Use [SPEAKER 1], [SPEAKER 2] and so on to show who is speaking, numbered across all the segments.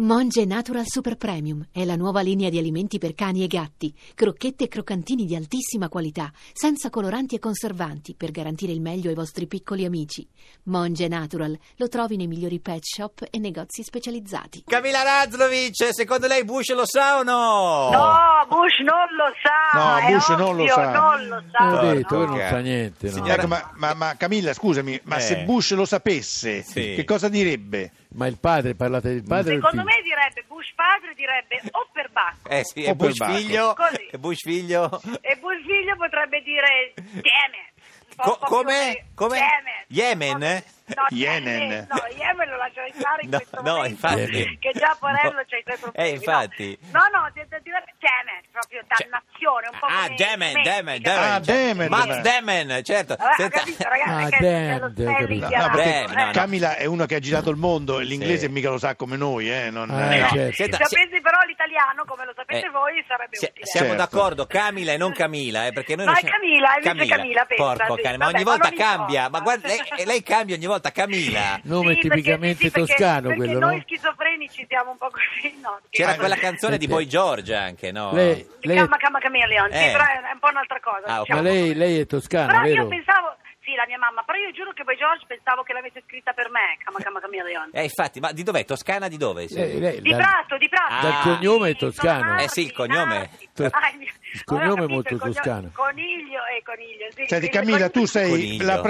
[SPEAKER 1] Monge Natural Super Premium è la nuova linea di alimenti per cani e gatti, crocchette e croccantini di altissima qualità, senza coloranti e conservanti, per garantire il meglio ai vostri piccoli amici. Monge Natural lo trovi nei migliori pet shop e negozi specializzati.
[SPEAKER 2] Camila Razlovic, secondo lei Bush lo sa o no?
[SPEAKER 3] No, Bush non lo sa.
[SPEAKER 4] No,
[SPEAKER 3] è
[SPEAKER 4] Bush non lo
[SPEAKER 3] ovvio,
[SPEAKER 4] sa.
[SPEAKER 3] non lo sa,
[SPEAKER 2] L'ho
[SPEAKER 3] no.
[SPEAKER 2] detto, eh,
[SPEAKER 5] non fa niente. no.
[SPEAKER 2] Signora-
[SPEAKER 4] Ecco, ma, ma- ma Camilla, scusami, ma
[SPEAKER 2] Eh.
[SPEAKER 4] se Bush lo sapesse,
[SPEAKER 2] Sì.
[SPEAKER 4] che cosa direbbe?
[SPEAKER 5] Ma il padre, parlate del padre. o del
[SPEAKER 3] Secondo
[SPEAKER 5] figlio?
[SPEAKER 3] me direbbe Bush padre, direbbe o per bacco.
[SPEAKER 2] Eh sì,
[SPEAKER 4] O
[SPEAKER 2] e
[SPEAKER 4] per
[SPEAKER 2] Bush
[SPEAKER 4] Bacco.
[SPEAKER 2] figlio,
[SPEAKER 3] Così.
[SPEAKER 2] e Bush figlio.
[SPEAKER 3] E Bush figlio potrebbe dire Yemen. Un po-
[SPEAKER 2] Co-
[SPEAKER 3] un po'
[SPEAKER 2] com'è?
[SPEAKER 3] più-
[SPEAKER 2] Com'è?
[SPEAKER 3] Yemen.
[SPEAKER 2] Yemen, eh?
[SPEAKER 3] No,
[SPEAKER 4] Yemen.
[SPEAKER 3] No, Yemen lo lascio stare in
[SPEAKER 2] No,
[SPEAKER 3] questo
[SPEAKER 2] no,
[SPEAKER 3] momento,
[SPEAKER 2] infatti.
[SPEAKER 3] Che già Porello
[SPEAKER 2] No.
[SPEAKER 3] c'ha i suoi
[SPEAKER 2] Eh,
[SPEAKER 3] problemi. no.
[SPEAKER 2] infatti.
[SPEAKER 3] No, no, de- de- direbbe Yemen, proprio
[SPEAKER 2] Cioè-
[SPEAKER 3] dannazione, un po'
[SPEAKER 2] Ah,
[SPEAKER 3] come
[SPEAKER 2] Demen,
[SPEAKER 3] Messica.
[SPEAKER 2] Demen, Demen.
[SPEAKER 4] Ah, Demen.
[SPEAKER 2] Max Demen, certo.
[SPEAKER 3] Vabbè, ho
[SPEAKER 2] Senta-
[SPEAKER 3] capito, ragazzi,
[SPEAKER 5] Ah,
[SPEAKER 3] che
[SPEAKER 5] Demen,
[SPEAKER 3] lo
[SPEAKER 5] ho
[SPEAKER 3] stai
[SPEAKER 5] capito.
[SPEAKER 4] No,
[SPEAKER 3] lichiando,
[SPEAKER 4] no, perché
[SPEAKER 2] Eh, no, no.
[SPEAKER 4] Camilla è uno che ha girato il mondo e l'inglese
[SPEAKER 2] Sì.
[SPEAKER 4] mica lo sa come noi, eh, non-
[SPEAKER 5] Ah,
[SPEAKER 4] eh,
[SPEAKER 2] No,
[SPEAKER 5] certo.
[SPEAKER 2] senta, se-
[SPEAKER 3] Sapete però l'italiano, come lo sapete
[SPEAKER 2] Eh,
[SPEAKER 3] voi, sarebbe
[SPEAKER 2] si-
[SPEAKER 3] utile.
[SPEAKER 2] siamo
[SPEAKER 5] Cioè,
[SPEAKER 4] Certo.
[SPEAKER 2] d'accordo, Camila e non Camila, eh, perché noi
[SPEAKER 3] Ma
[SPEAKER 2] non
[SPEAKER 3] è
[SPEAKER 2] siamo-
[SPEAKER 3] Camila, è invece Camila, pensa,
[SPEAKER 2] porco
[SPEAKER 3] sì,
[SPEAKER 2] cane, ma
[SPEAKER 3] vabbè,
[SPEAKER 2] ogni
[SPEAKER 3] ma
[SPEAKER 2] volta
[SPEAKER 3] non
[SPEAKER 2] cambia,
[SPEAKER 3] importa.
[SPEAKER 2] ma guarda, lei, lei cambia ogni volta Camila.
[SPEAKER 5] Nome
[SPEAKER 3] Sì, perché-
[SPEAKER 5] tipicamente
[SPEAKER 3] sì, sì, perché-
[SPEAKER 5] toscano
[SPEAKER 3] perché,
[SPEAKER 5] quello,
[SPEAKER 3] noi
[SPEAKER 5] no?
[SPEAKER 3] schizofrenici siamo un po' così, no?
[SPEAKER 2] C'era
[SPEAKER 4] Eh,
[SPEAKER 2] quella canzone di
[SPEAKER 5] senti.
[SPEAKER 2] Boy George anche, no?
[SPEAKER 5] Lei,
[SPEAKER 3] Si
[SPEAKER 5] lei,
[SPEAKER 3] chiama Cama Chameleon, sì,
[SPEAKER 2] Eh.
[SPEAKER 3] però è un po' un'altra cosa.
[SPEAKER 2] Ah, ok.
[SPEAKER 3] diciamo.
[SPEAKER 5] ma lei, lei è toscana,
[SPEAKER 3] però
[SPEAKER 5] vero?
[SPEAKER 3] io pensavo, sì, la mia mamma, però io giuro che poi George pensavo che l'avesse scritta per me, Cama Cama Chameleon.
[SPEAKER 2] Eh, infatti, ma di dov'è? Toscana di dove?
[SPEAKER 4] Eh,
[SPEAKER 2] sì?
[SPEAKER 5] Lei- lei-
[SPEAKER 3] Di
[SPEAKER 5] dal-
[SPEAKER 3] Prato, di Prato.
[SPEAKER 2] dal
[SPEAKER 3] Ah.
[SPEAKER 5] cognome è
[SPEAKER 3] Sì, sono
[SPEAKER 5] toscano.
[SPEAKER 3] nati,
[SPEAKER 2] Eh sì, il cognome.
[SPEAKER 3] nati.
[SPEAKER 5] To-
[SPEAKER 3] Ah,
[SPEAKER 5] il cognome
[SPEAKER 3] allora,
[SPEAKER 5] è molto
[SPEAKER 3] capito, il cognome-
[SPEAKER 5] toscano.
[SPEAKER 3] Coniglio e coniglio, sì.
[SPEAKER 4] Senti
[SPEAKER 3] il
[SPEAKER 4] Cioè, Camilla, tu
[SPEAKER 3] coniglio-
[SPEAKER 4] sei
[SPEAKER 2] Coniglio.
[SPEAKER 4] la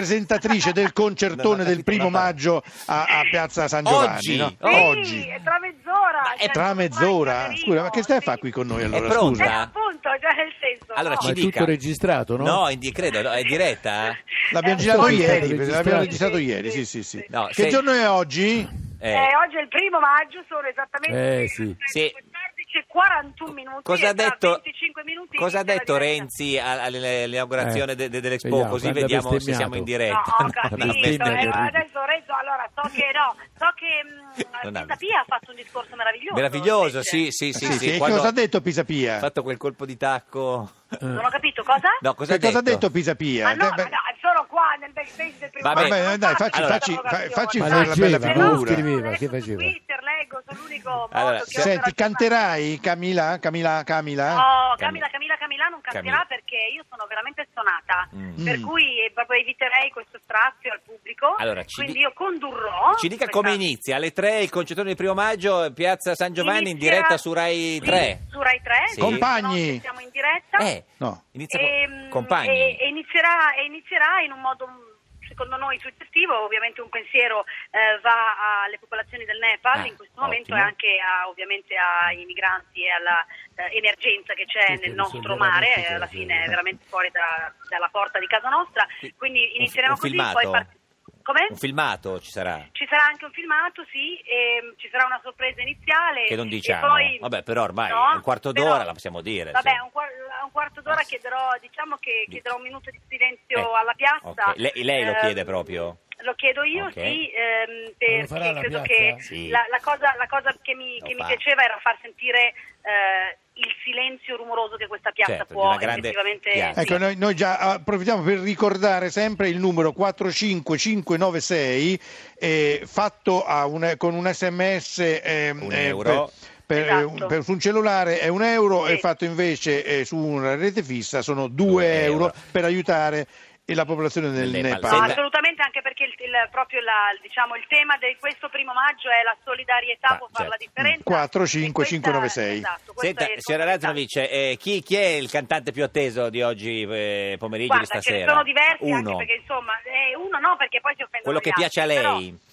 [SPEAKER 4] presentatrice del
[SPEAKER 2] Non ho
[SPEAKER 4] concertone
[SPEAKER 2] capito
[SPEAKER 4] del primo
[SPEAKER 2] la parte.
[SPEAKER 4] maggio a, a Piazza San Giovanni,
[SPEAKER 2] Oggi?
[SPEAKER 4] no?
[SPEAKER 3] Sì,
[SPEAKER 4] Oggi.
[SPEAKER 3] è tra mezz'ora.
[SPEAKER 2] Ma è
[SPEAKER 3] cioè,
[SPEAKER 4] Tra
[SPEAKER 3] ormai
[SPEAKER 4] mezz'ora.
[SPEAKER 3] Camerino,
[SPEAKER 4] Scusa, ma che stai a
[SPEAKER 3] sì.
[SPEAKER 4] fare qui con noi
[SPEAKER 2] È
[SPEAKER 4] allora?
[SPEAKER 2] pronta?
[SPEAKER 3] Eh,
[SPEAKER 4] Scusa.
[SPEAKER 2] Ah.
[SPEAKER 3] appunto, già nel senso.
[SPEAKER 2] Allora
[SPEAKER 3] no.
[SPEAKER 2] ci
[SPEAKER 5] Ma è
[SPEAKER 2] dica.
[SPEAKER 5] tutto registrato, no?
[SPEAKER 2] No, in credo, no, è diretta?
[SPEAKER 4] L'abbiamo
[SPEAKER 3] Eh,
[SPEAKER 4] girato
[SPEAKER 5] poi-
[SPEAKER 4] ieri,
[SPEAKER 5] Registrato.
[SPEAKER 4] l'abbiamo registrato ieri, sì, sì, sì.
[SPEAKER 2] No,
[SPEAKER 4] Che
[SPEAKER 2] sei-
[SPEAKER 4] giorno è oggi?
[SPEAKER 2] Eh.
[SPEAKER 3] Eh, oggi è il primo maggio, sono esattamente
[SPEAKER 5] Eh, sì.
[SPEAKER 2] Sì.
[SPEAKER 3] 14:41 minuti.
[SPEAKER 2] Cosa ha
[SPEAKER 3] e tra
[SPEAKER 2] detto,
[SPEAKER 3] 25 minuti
[SPEAKER 2] cosa ha
[SPEAKER 3] inizia la
[SPEAKER 2] detto
[SPEAKER 3] diretta.
[SPEAKER 2] Renzi a- alle- all'inaugurazione
[SPEAKER 5] Eh.
[SPEAKER 2] de- de- dell'Expo?
[SPEAKER 5] Vediamo,
[SPEAKER 2] così
[SPEAKER 5] quando ha
[SPEAKER 2] vediamo se
[SPEAKER 5] bestemmiato.
[SPEAKER 2] siamo in
[SPEAKER 3] No,
[SPEAKER 2] diretta.
[SPEAKER 3] ho
[SPEAKER 2] Eh, No, no,
[SPEAKER 3] capito.
[SPEAKER 5] bestemmia
[SPEAKER 3] eh,
[SPEAKER 2] no,
[SPEAKER 5] terribile.
[SPEAKER 3] adesso Renzo, allora so che no, so che
[SPEAKER 2] Non
[SPEAKER 3] mh,
[SPEAKER 2] ha-
[SPEAKER 3] Pisa Pia ha fatto un discorso meraviglioso.
[SPEAKER 2] Meraviglioso,
[SPEAKER 3] invece.
[SPEAKER 2] sì, sì, sì.
[SPEAKER 4] Sì,
[SPEAKER 2] sì,
[SPEAKER 4] che
[SPEAKER 2] quando
[SPEAKER 4] cosa ha detto Pisapia?
[SPEAKER 2] Ha fatto quel colpo di tacco.
[SPEAKER 3] Non ho capito cosa?
[SPEAKER 2] No, cosa
[SPEAKER 4] Che cosa ha detto Pisapia?
[SPEAKER 3] Ma no,
[SPEAKER 4] Che-
[SPEAKER 3] ma no, sono qua nel backstage del primo
[SPEAKER 2] Vabbè.
[SPEAKER 3] maggio, non
[SPEAKER 4] Vabbè, dai,
[SPEAKER 3] faccio
[SPEAKER 2] facci-
[SPEAKER 3] questa
[SPEAKER 4] facci- fa-
[SPEAKER 3] provocazione.
[SPEAKER 4] facci
[SPEAKER 5] Ma fare la leggeva, bella cosa figura. scriveva,
[SPEAKER 3] Adesso
[SPEAKER 5] che
[SPEAKER 3] su
[SPEAKER 5] faceva?
[SPEAKER 3] Twitter leggo, sono l'unico modo
[SPEAKER 2] Allora,
[SPEAKER 3] che ho
[SPEAKER 4] Senti,
[SPEAKER 3] per
[SPEAKER 4] canterai Camila? Camila, Camila?
[SPEAKER 3] Oh, Camila, Camila, Camila non
[SPEAKER 2] Camila.
[SPEAKER 3] canterà perché io sono veramente stonata,
[SPEAKER 2] Mm.
[SPEAKER 3] per
[SPEAKER 4] Mm.
[SPEAKER 3] cui eh, proprio eviterei questo strazio al pubblico,
[SPEAKER 2] Allora, ci
[SPEAKER 3] quindi
[SPEAKER 2] di-
[SPEAKER 3] io condurrò...
[SPEAKER 2] Ci dica
[SPEAKER 3] Oh, questa-
[SPEAKER 2] come inizia. Alle 3 il concertone di primo maggio, Piazza San Giovanni, in
[SPEAKER 3] Inizia-
[SPEAKER 2] diretta su Rai
[SPEAKER 3] Sì,
[SPEAKER 2] 3.
[SPEAKER 3] su Rai 3,
[SPEAKER 2] Sì.
[SPEAKER 4] Compagni.
[SPEAKER 3] siamo in diretta.
[SPEAKER 2] Eh,
[SPEAKER 4] No.
[SPEAKER 2] inizia
[SPEAKER 3] Ehm,
[SPEAKER 2] con compagni.
[SPEAKER 3] E, e inizierà, e inizierà in un modo mh, secondo noi suggestivo, ovviamente un pensiero eh, va alle popolazioni del Nepal
[SPEAKER 2] Ah,
[SPEAKER 3] in questo momento e
[SPEAKER 2] ottimo.
[SPEAKER 3] anche a- ovviamente ai migranti e all'emergenza che c'è
[SPEAKER 5] Sì, che
[SPEAKER 3] nel nostro
[SPEAKER 5] risolverà
[SPEAKER 3] mare,
[SPEAKER 5] molte
[SPEAKER 3] eh, alla
[SPEAKER 5] cose.
[SPEAKER 3] fine è veramente fuori da- dalla porta di casa nostra,
[SPEAKER 2] Qui-
[SPEAKER 3] quindi
[SPEAKER 2] un-
[SPEAKER 3] inizieremo
[SPEAKER 2] un
[SPEAKER 3] così,
[SPEAKER 2] filmato.
[SPEAKER 3] poi par- Come?
[SPEAKER 2] Un filmato ci sarà.
[SPEAKER 3] Ci sarà anche un filmato, sì, ehm, ci sarà una sorpresa iniziale.
[SPEAKER 2] Che non
[SPEAKER 3] e
[SPEAKER 2] diciamo.
[SPEAKER 3] poi-
[SPEAKER 2] Vabbè, però ormai
[SPEAKER 3] No,
[SPEAKER 2] è un quarto
[SPEAKER 3] però-
[SPEAKER 2] d'ora, la possiamo dire,
[SPEAKER 3] Vabbè,
[SPEAKER 2] sì. Ah,
[SPEAKER 3] a un, quar- a un quarto d'ora chiederò, diciamo che chiederò un minuto di silenzio
[SPEAKER 2] Eh,
[SPEAKER 3] alla piazza.
[SPEAKER 2] ok. Lei- lei lo
[SPEAKER 3] Ehm,
[SPEAKER 2] chiede proprio?
[SPEAKER 3] Lo chiedo io,
[SPEAKER 2] Ok.
[SPEAKER 3] sì, ehm,
[SPEAKER 5] lo farà
[SPEAKER 3] perché
[SPEAKER 5] alla
[SPEAKER 3] credo
[SPEAKER 5] piazza?
[SPEAKER 3] che
[SPEAKER 2] Sì.
[SPEAKER 3] la, la cosa, la cosa che, mi,
[SPEAKER 2] Lo
[SPEAKER 3] che mi
[SPEAKER 2] fa.
[SPEAKER 3] piaceva era far sentire eh, il silenzio rumoroso che questa piazza
[SPEAKER 2] Certo, di
[SPEAKER 3] può
[SPEAKER 2] una grande
[SPEAKER 3] effettivamente...
[SPEAKER 2] piazza.
[SPEAKER 4] Ecco, noi, noi già approfittiamo per ricordare sempre il numero 45596 eh, fatto a un- con un sms ehm,
[SPEAKER 2] Un
[SPEAKER 4] eh,
[SPEAKER 2] euro.
[SPEAKER 4] per, per-
[SPEAKER 3] Esatto.
[SPEAKER 4] per- su un cellulare è un euro
[SPEAKER 3] Sì.
[SPEAKER 4] e fatto invece eh, su una rete fissa sono
[SPEAKER 2] Due
[SPEAKER 4] 2 euro,
[SPEAKER 2] euro.
[SPEAKER 4] per aiutare eh, la popolazione del
[SPEAKER 2] Del Nepal.
[SPEAKER 4] Nepal.
[SPEAKER 3] No,
[SPEAKER 2] Senta-
[SPEAKER 3] assolutamente, anche perché il, il- proprio la- diciamo, il tema di questo primo maggio è la solidarietà,
[SPEAKER 2] Ah,
[SPEAKER 3] può fare la
[SPEAKER 2] certo.
[SPEAKER 3] differenza.
[SPEAKER 4] 4, 5,
[SPEAKER 3] E questa-
[SPEAKER 4] 596.
[SPEAKER 3] Esatto, questo
[SPEAKER 2] Senta,
[SPEAKER 3] è il
[SPEAKER 2] signora
[SPEAKER 3] fondamentale.
[SPEAKER 2] Raznovic, eh, chi, chi è il cantante più atteso di oggi eh, pomeriggio di
[SPEAKER 3] Guarda, ce
[SPEAKER 2] stasera?
[SPEAKER 3] ne sono diversi
[SPEAKER 2] Uno,
[SPEAKER 3] anche perché insomma, eh, uno no perché poi si offendono
[SPEAKER 2] quello
[SPEAKER 3] gli
[SPEAKER 2] che piace a
[SPEAKER 3] altri, però-
[SPEAKER 2] lei.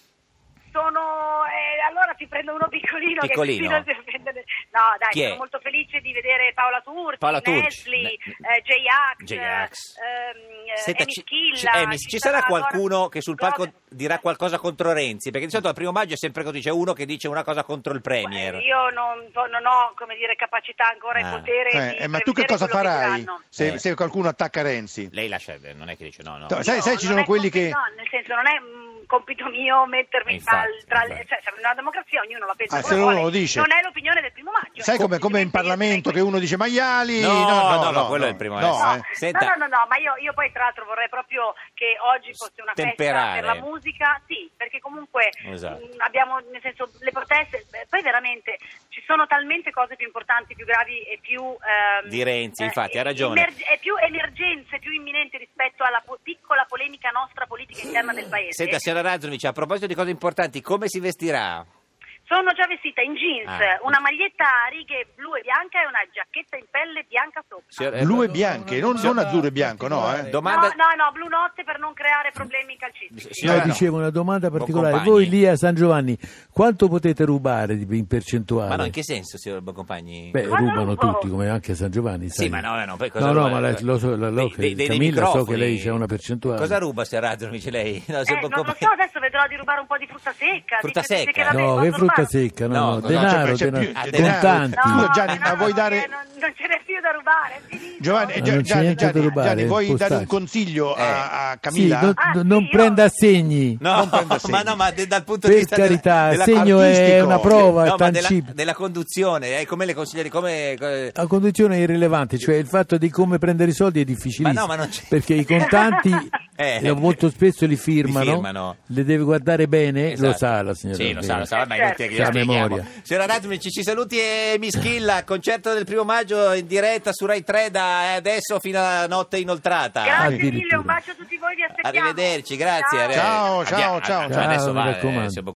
[SPEAKER 3] sono eh, allora ti prendo uno piccolino,
[SPEAKER 2] Piccolino.
[SPEAKER 3] che così non si offende. No, dai,
[SPEAKER 2] Chi è?
[SPEAKER 3] sono molto felice di vedere Paola Turci,
[SPEAKER 2] Paola Turci,
[SPEAKER 3] Nesli,
[SPEAKER 2] ne-
[SPEAKER 3] eh, J-Ax,
[SPEAKER 2] J-Ax.
[SPEAKER 3] ehm, eh,
[SPEAKER 2] Senta,
[SPEAKER 3] Amy
[SPEAKER 2] ci,
[SPEAKER 3] Schilla,
[SPEAKER 2] ci- Emi, ci sarà qualcuno
[SPEAKER 3] Dora-
[SPEAKER 2] che sul palco
[SPEAKER 3] Dora-
[SPEAKER 2] dirà qualcosa contro Renzi? Perché di solito al primo maggio è sempre così, c'è uno che dice una cosa contro il Premier.
[SPEAKER 3] Eh, Io non, non ho, come dire, capacità ancora
[SPEAKER 2] Ah.
[SPEAKER 3] e potere
[SPEAKER 4] Eh,
[SPEAKER 3] di
[SPEAKER 4] eh, ma tu che
[SPEAKER 3] prevedere
[SPEAKER 4] cosa
[SPEAKER 3] quello
[SPEAKER 4] farai
[SPEAKER 3] diranno.
[SPEAKER 4] se,
[SPEAKER 2] Eh.
[SPEAKER 4] se qualcuno attacca Renzi?
[SPEAKER 2] Lei lascia, eh, non è che dice no, no.
[SPEAKER 4] Eh, Sai-
[SPEAKER 3] No,
[SPEAKER 4] sai, ci
[SPEAKER 3] non
[SPEAKER 4] sono
[SPEAKER 3] è
[SPEAKER 4] quelli
[SPEAKER 3] compito-
[SPEAKER 4] che...
[SPEAKER 3] No, nel senso, non è mm, compito mio mettermi
[SPEAKER 2] Infatti,
[SPEAKER 3] tra, tra le-
[SPEAKER 2] infatti.
[SPEAKER 3] Cioè, siamo in una democrazia, ognuno la pensa
[SPEAKER 4] Ah,
[SPEAKER 3] come
[SPEAKER 4] se uno
[SPEAKER 3] vuole.
[SPEAKER 4] lo dice.
[SPEAKER 3] Non è l'opinione del primo maggio. maschio.
[SPEAKER 4] Sai come, come in Parlamento che uno dice maiali?
[SPEAKER 2] No, no, no, quello è il primo
[SPEAKER 4] no,
[SPEAKER 2] essere.
[SPEAKER 4] eh.
[SPEAKER 2] Senta.
[SPEAKER 3] No, no, no, no, ma io, io poi tra l'altro vorrei proprio che oggi fosse una festa
[SPEAKER 2] Stemperare.
[SPEAKER 3] per la musica, sì, perché comunque
[SPEAKER 2] Esatto.
[SPEAKER 3] mh, abbiamo, nel senso, le proteste, beh, poi veramente ci sono talmente cose più importanti, più gravi e più... ehm,
[SPEAKER 2] Di Renzi,
[SPEAKER 3] eh,
[SPEAKER 2] infatti, ha ragione.
[SPEAKER 3] emer- e più emergenze, più imminenti rispetto alla po- piccola polemica nostra politica interna del paese.
[SPEAKER 2] Senta, signora Razzovic, a proposito di cose importanti, come si vestirà?
[SPEAKER 3] Sono già vestita in jeans,
[SPEAKER 2] Ah.
[SPEAKER 3] una maglietta a righe blu e bianca e una giacchetta in pelle bianca sopra.
[SPEAKER 2] Signora- eh,
[SPEAKER 4] Blu e eh. bianche, non, non azzurro e bianco, no? Eh?
[SPEAKER 2] Domanda...
[SPEAKER 3] No, no, no, blu notte per non creare problemi calcistici.
[SPEAKER 5] No,
[SPEAKER 2] Signora, no.
[SPEAKER 5] dicevo una domanda
[SPEAKER 2] Buon
[SPEAKER 5] particolare.
[SPEAKER 2] compagni.
[SPEAKER 5] Voi lì a San Giovanni quanto potete rubare di- in percentuale?
[SPEAKER 2] Ma no, in che senso, signor Boncompagni?
[SPEAKER 5] Beh,
[SPEAKER 3] Ma
[SPEAKER 5] rubano
[SPEAKER 3] rubo.
[SPEAKER 5] tutti, come anche a San Giovanni.
[SPEAKER 2] Sì,
[SPEAKER 5] sai.
[SPEAKER 2] ma no, no, poi cosa
[SPEAKER 5] No, no,
[SPEAKER 2] ruba?
[SPEAKER 5] ma la- lo so, la- lo-
[SPEAKER 2] Dei- dei- dei
[SPEAKER 5] Camilla, so che
[SPEAKER 2] microfoni.
[SPEAKER 5] lei c'è una percentuale.
[SPEAKER 2] Cosa ruba, signor Razzovic, lei? No,
[SPEAKER 3] Eh,
[SPEAKER 2] signor
[SPEAKER 3] non lo
[SPEAKER 2] Boncompagni.
[SPEAKER 3] so, adesso vedrò di rubare un po' di frutta secca.
[SPEAKER 2] Frutta
[SPEAKER 3] Dice- dice
[SPEAKER 2] secca?
[SPEAKER 3] che la
[SPEAKER 5] No,
[SPEAKER 3] vengono
[SPEAKER 5] che
[SPEAKER 3] a
[SPEAKER 5] frutta
[SPEAKER 3] rubare.
[SPEAKER 5] secca, no,
[SPEAKER 2] No,
[SPEAKER 5] no,
[SPEAKER 2] no, no,
[SPEAKER 5] denaro,
[SPEAKER 4] c'è più-
[SPEAKER 2] c'è
[SPEAKER 5] denaro,
[SPEAKER 2] più-
[SPEAKER 5] contanti.
[SPEAKER 4] Scusa,
[SPEAKER 3] No,
[SPEAKER 4] Gianni,
[SPEAKER 3] denaro
[SPEAKER 4] ma vuoi
[SPEAKER 3] non
[SPEAKER 4] dare-
[SPEAKER 3] c'è- Non, non ce n'è più da rubare. è finito.
[SPEAKER 4] Giovanni,
[SPEAKER 5] Ma
[SPEAKER 4] Gia-
[SPEAKER 5] non c'è
[SPEAKER 4] Gianni,
[SPEAKER 5] niente da
[SPEAKER 4] Gianni,
[SPEAKER 5] rubare,
[SPEAKER 4] Gianni, vuoi
[SPEAKER 5] postaggi.
[SPEAKER 4] dare un consiglio a,
[SPEAKER 2] Eh.
[SPEAKER 4] a
[SPEAKER 5] Sì,
[SPEAKER 4] Camilla?
[SPEAKER 5] non,
[SPEAKER 3] Ah, sì,
[SPEAKER 5] non
[SPEAKER 3] io-
[SPEAKER 5] prenda assegni.
[SPEAKER 2] No,
[SPEAKER 4] Non prenda segni.
[SPEAKER 2] ma no, ma de- dal punto di
[SPEAKER 5] Per
[SPEAKER 2] vista della-
[SPEAKER 5] carità,
[SPEAKER 2] della,
[SPEAKER 5] il segno è
[SPEAKER 4] artistico.
[SPEAKER 5] una prova,
[SPEAKER 2] no,
[SPEAKER 5] è
[SPEAKER 2] ma della,
[SPEAKER 5] tangibile.
[SPEAKER 2] della conduzione, eh, come le consiglieri, come... co-
[SPEAKER 5] La conduzione è irrilevante, cioè il fatto di come prendere i soldi è
[SPEAKER 2] Ma
[SPEAKER 5] difficilissimo.
[SPEAKER 2] no, ma non c'è-
[SPEAKER 5] Perché i contanti
[SPEAKER 2] Eh.
[SPEAKER 5] eh, molto spesso li firmano,
[SPEAKER 2] Li firmano.
[SPEAKER 5] le deve guardare bene,
[SPEAKER 2] Esatto.
[SPEAKER 5] Eh, lo sa la signora.
[SPEAKER 2] Sì, lo sa, lo sa, ma
[SPEAKER 3] Eh,
[SPEAKER 2] inutile che
[SPEAKER 5] certo.
[SPEAKER 2] glielo
[SPEAKER 5] Sa
[SPEAKER 2] spieghiamo.
[SPEAKER 5] memoria.
[SPEAKER 2] Signora Razzovic, ci saluti e mi schilla, concerto del primo maggio in diretta su Rai 3 da eh, adesso fino alla notte inoltrata.
[SPEAKER 5] Ah,
[SPEAKER 3] Grazie
[SPEAKER 5] addirittura.
[SPEAKER 3] mille, un bacio a tutti voi, vi aspettiamo.
[SPEAKER 2] Arrivederci, grazie.
[SPEAKER 3] Ciao.
[SPEAKER 4] Ciao, ciao,
[SPEAKER 2] Abbiamo-
[SPEAKER 4] ciao.
[SPEAKER 2] Cioè, adesso
[SPEAKER 5] Ciao, mi
[SPEAKER 2] va, eh,
[SPEAKER 5] raccomando.
[SPEAKER 2] signor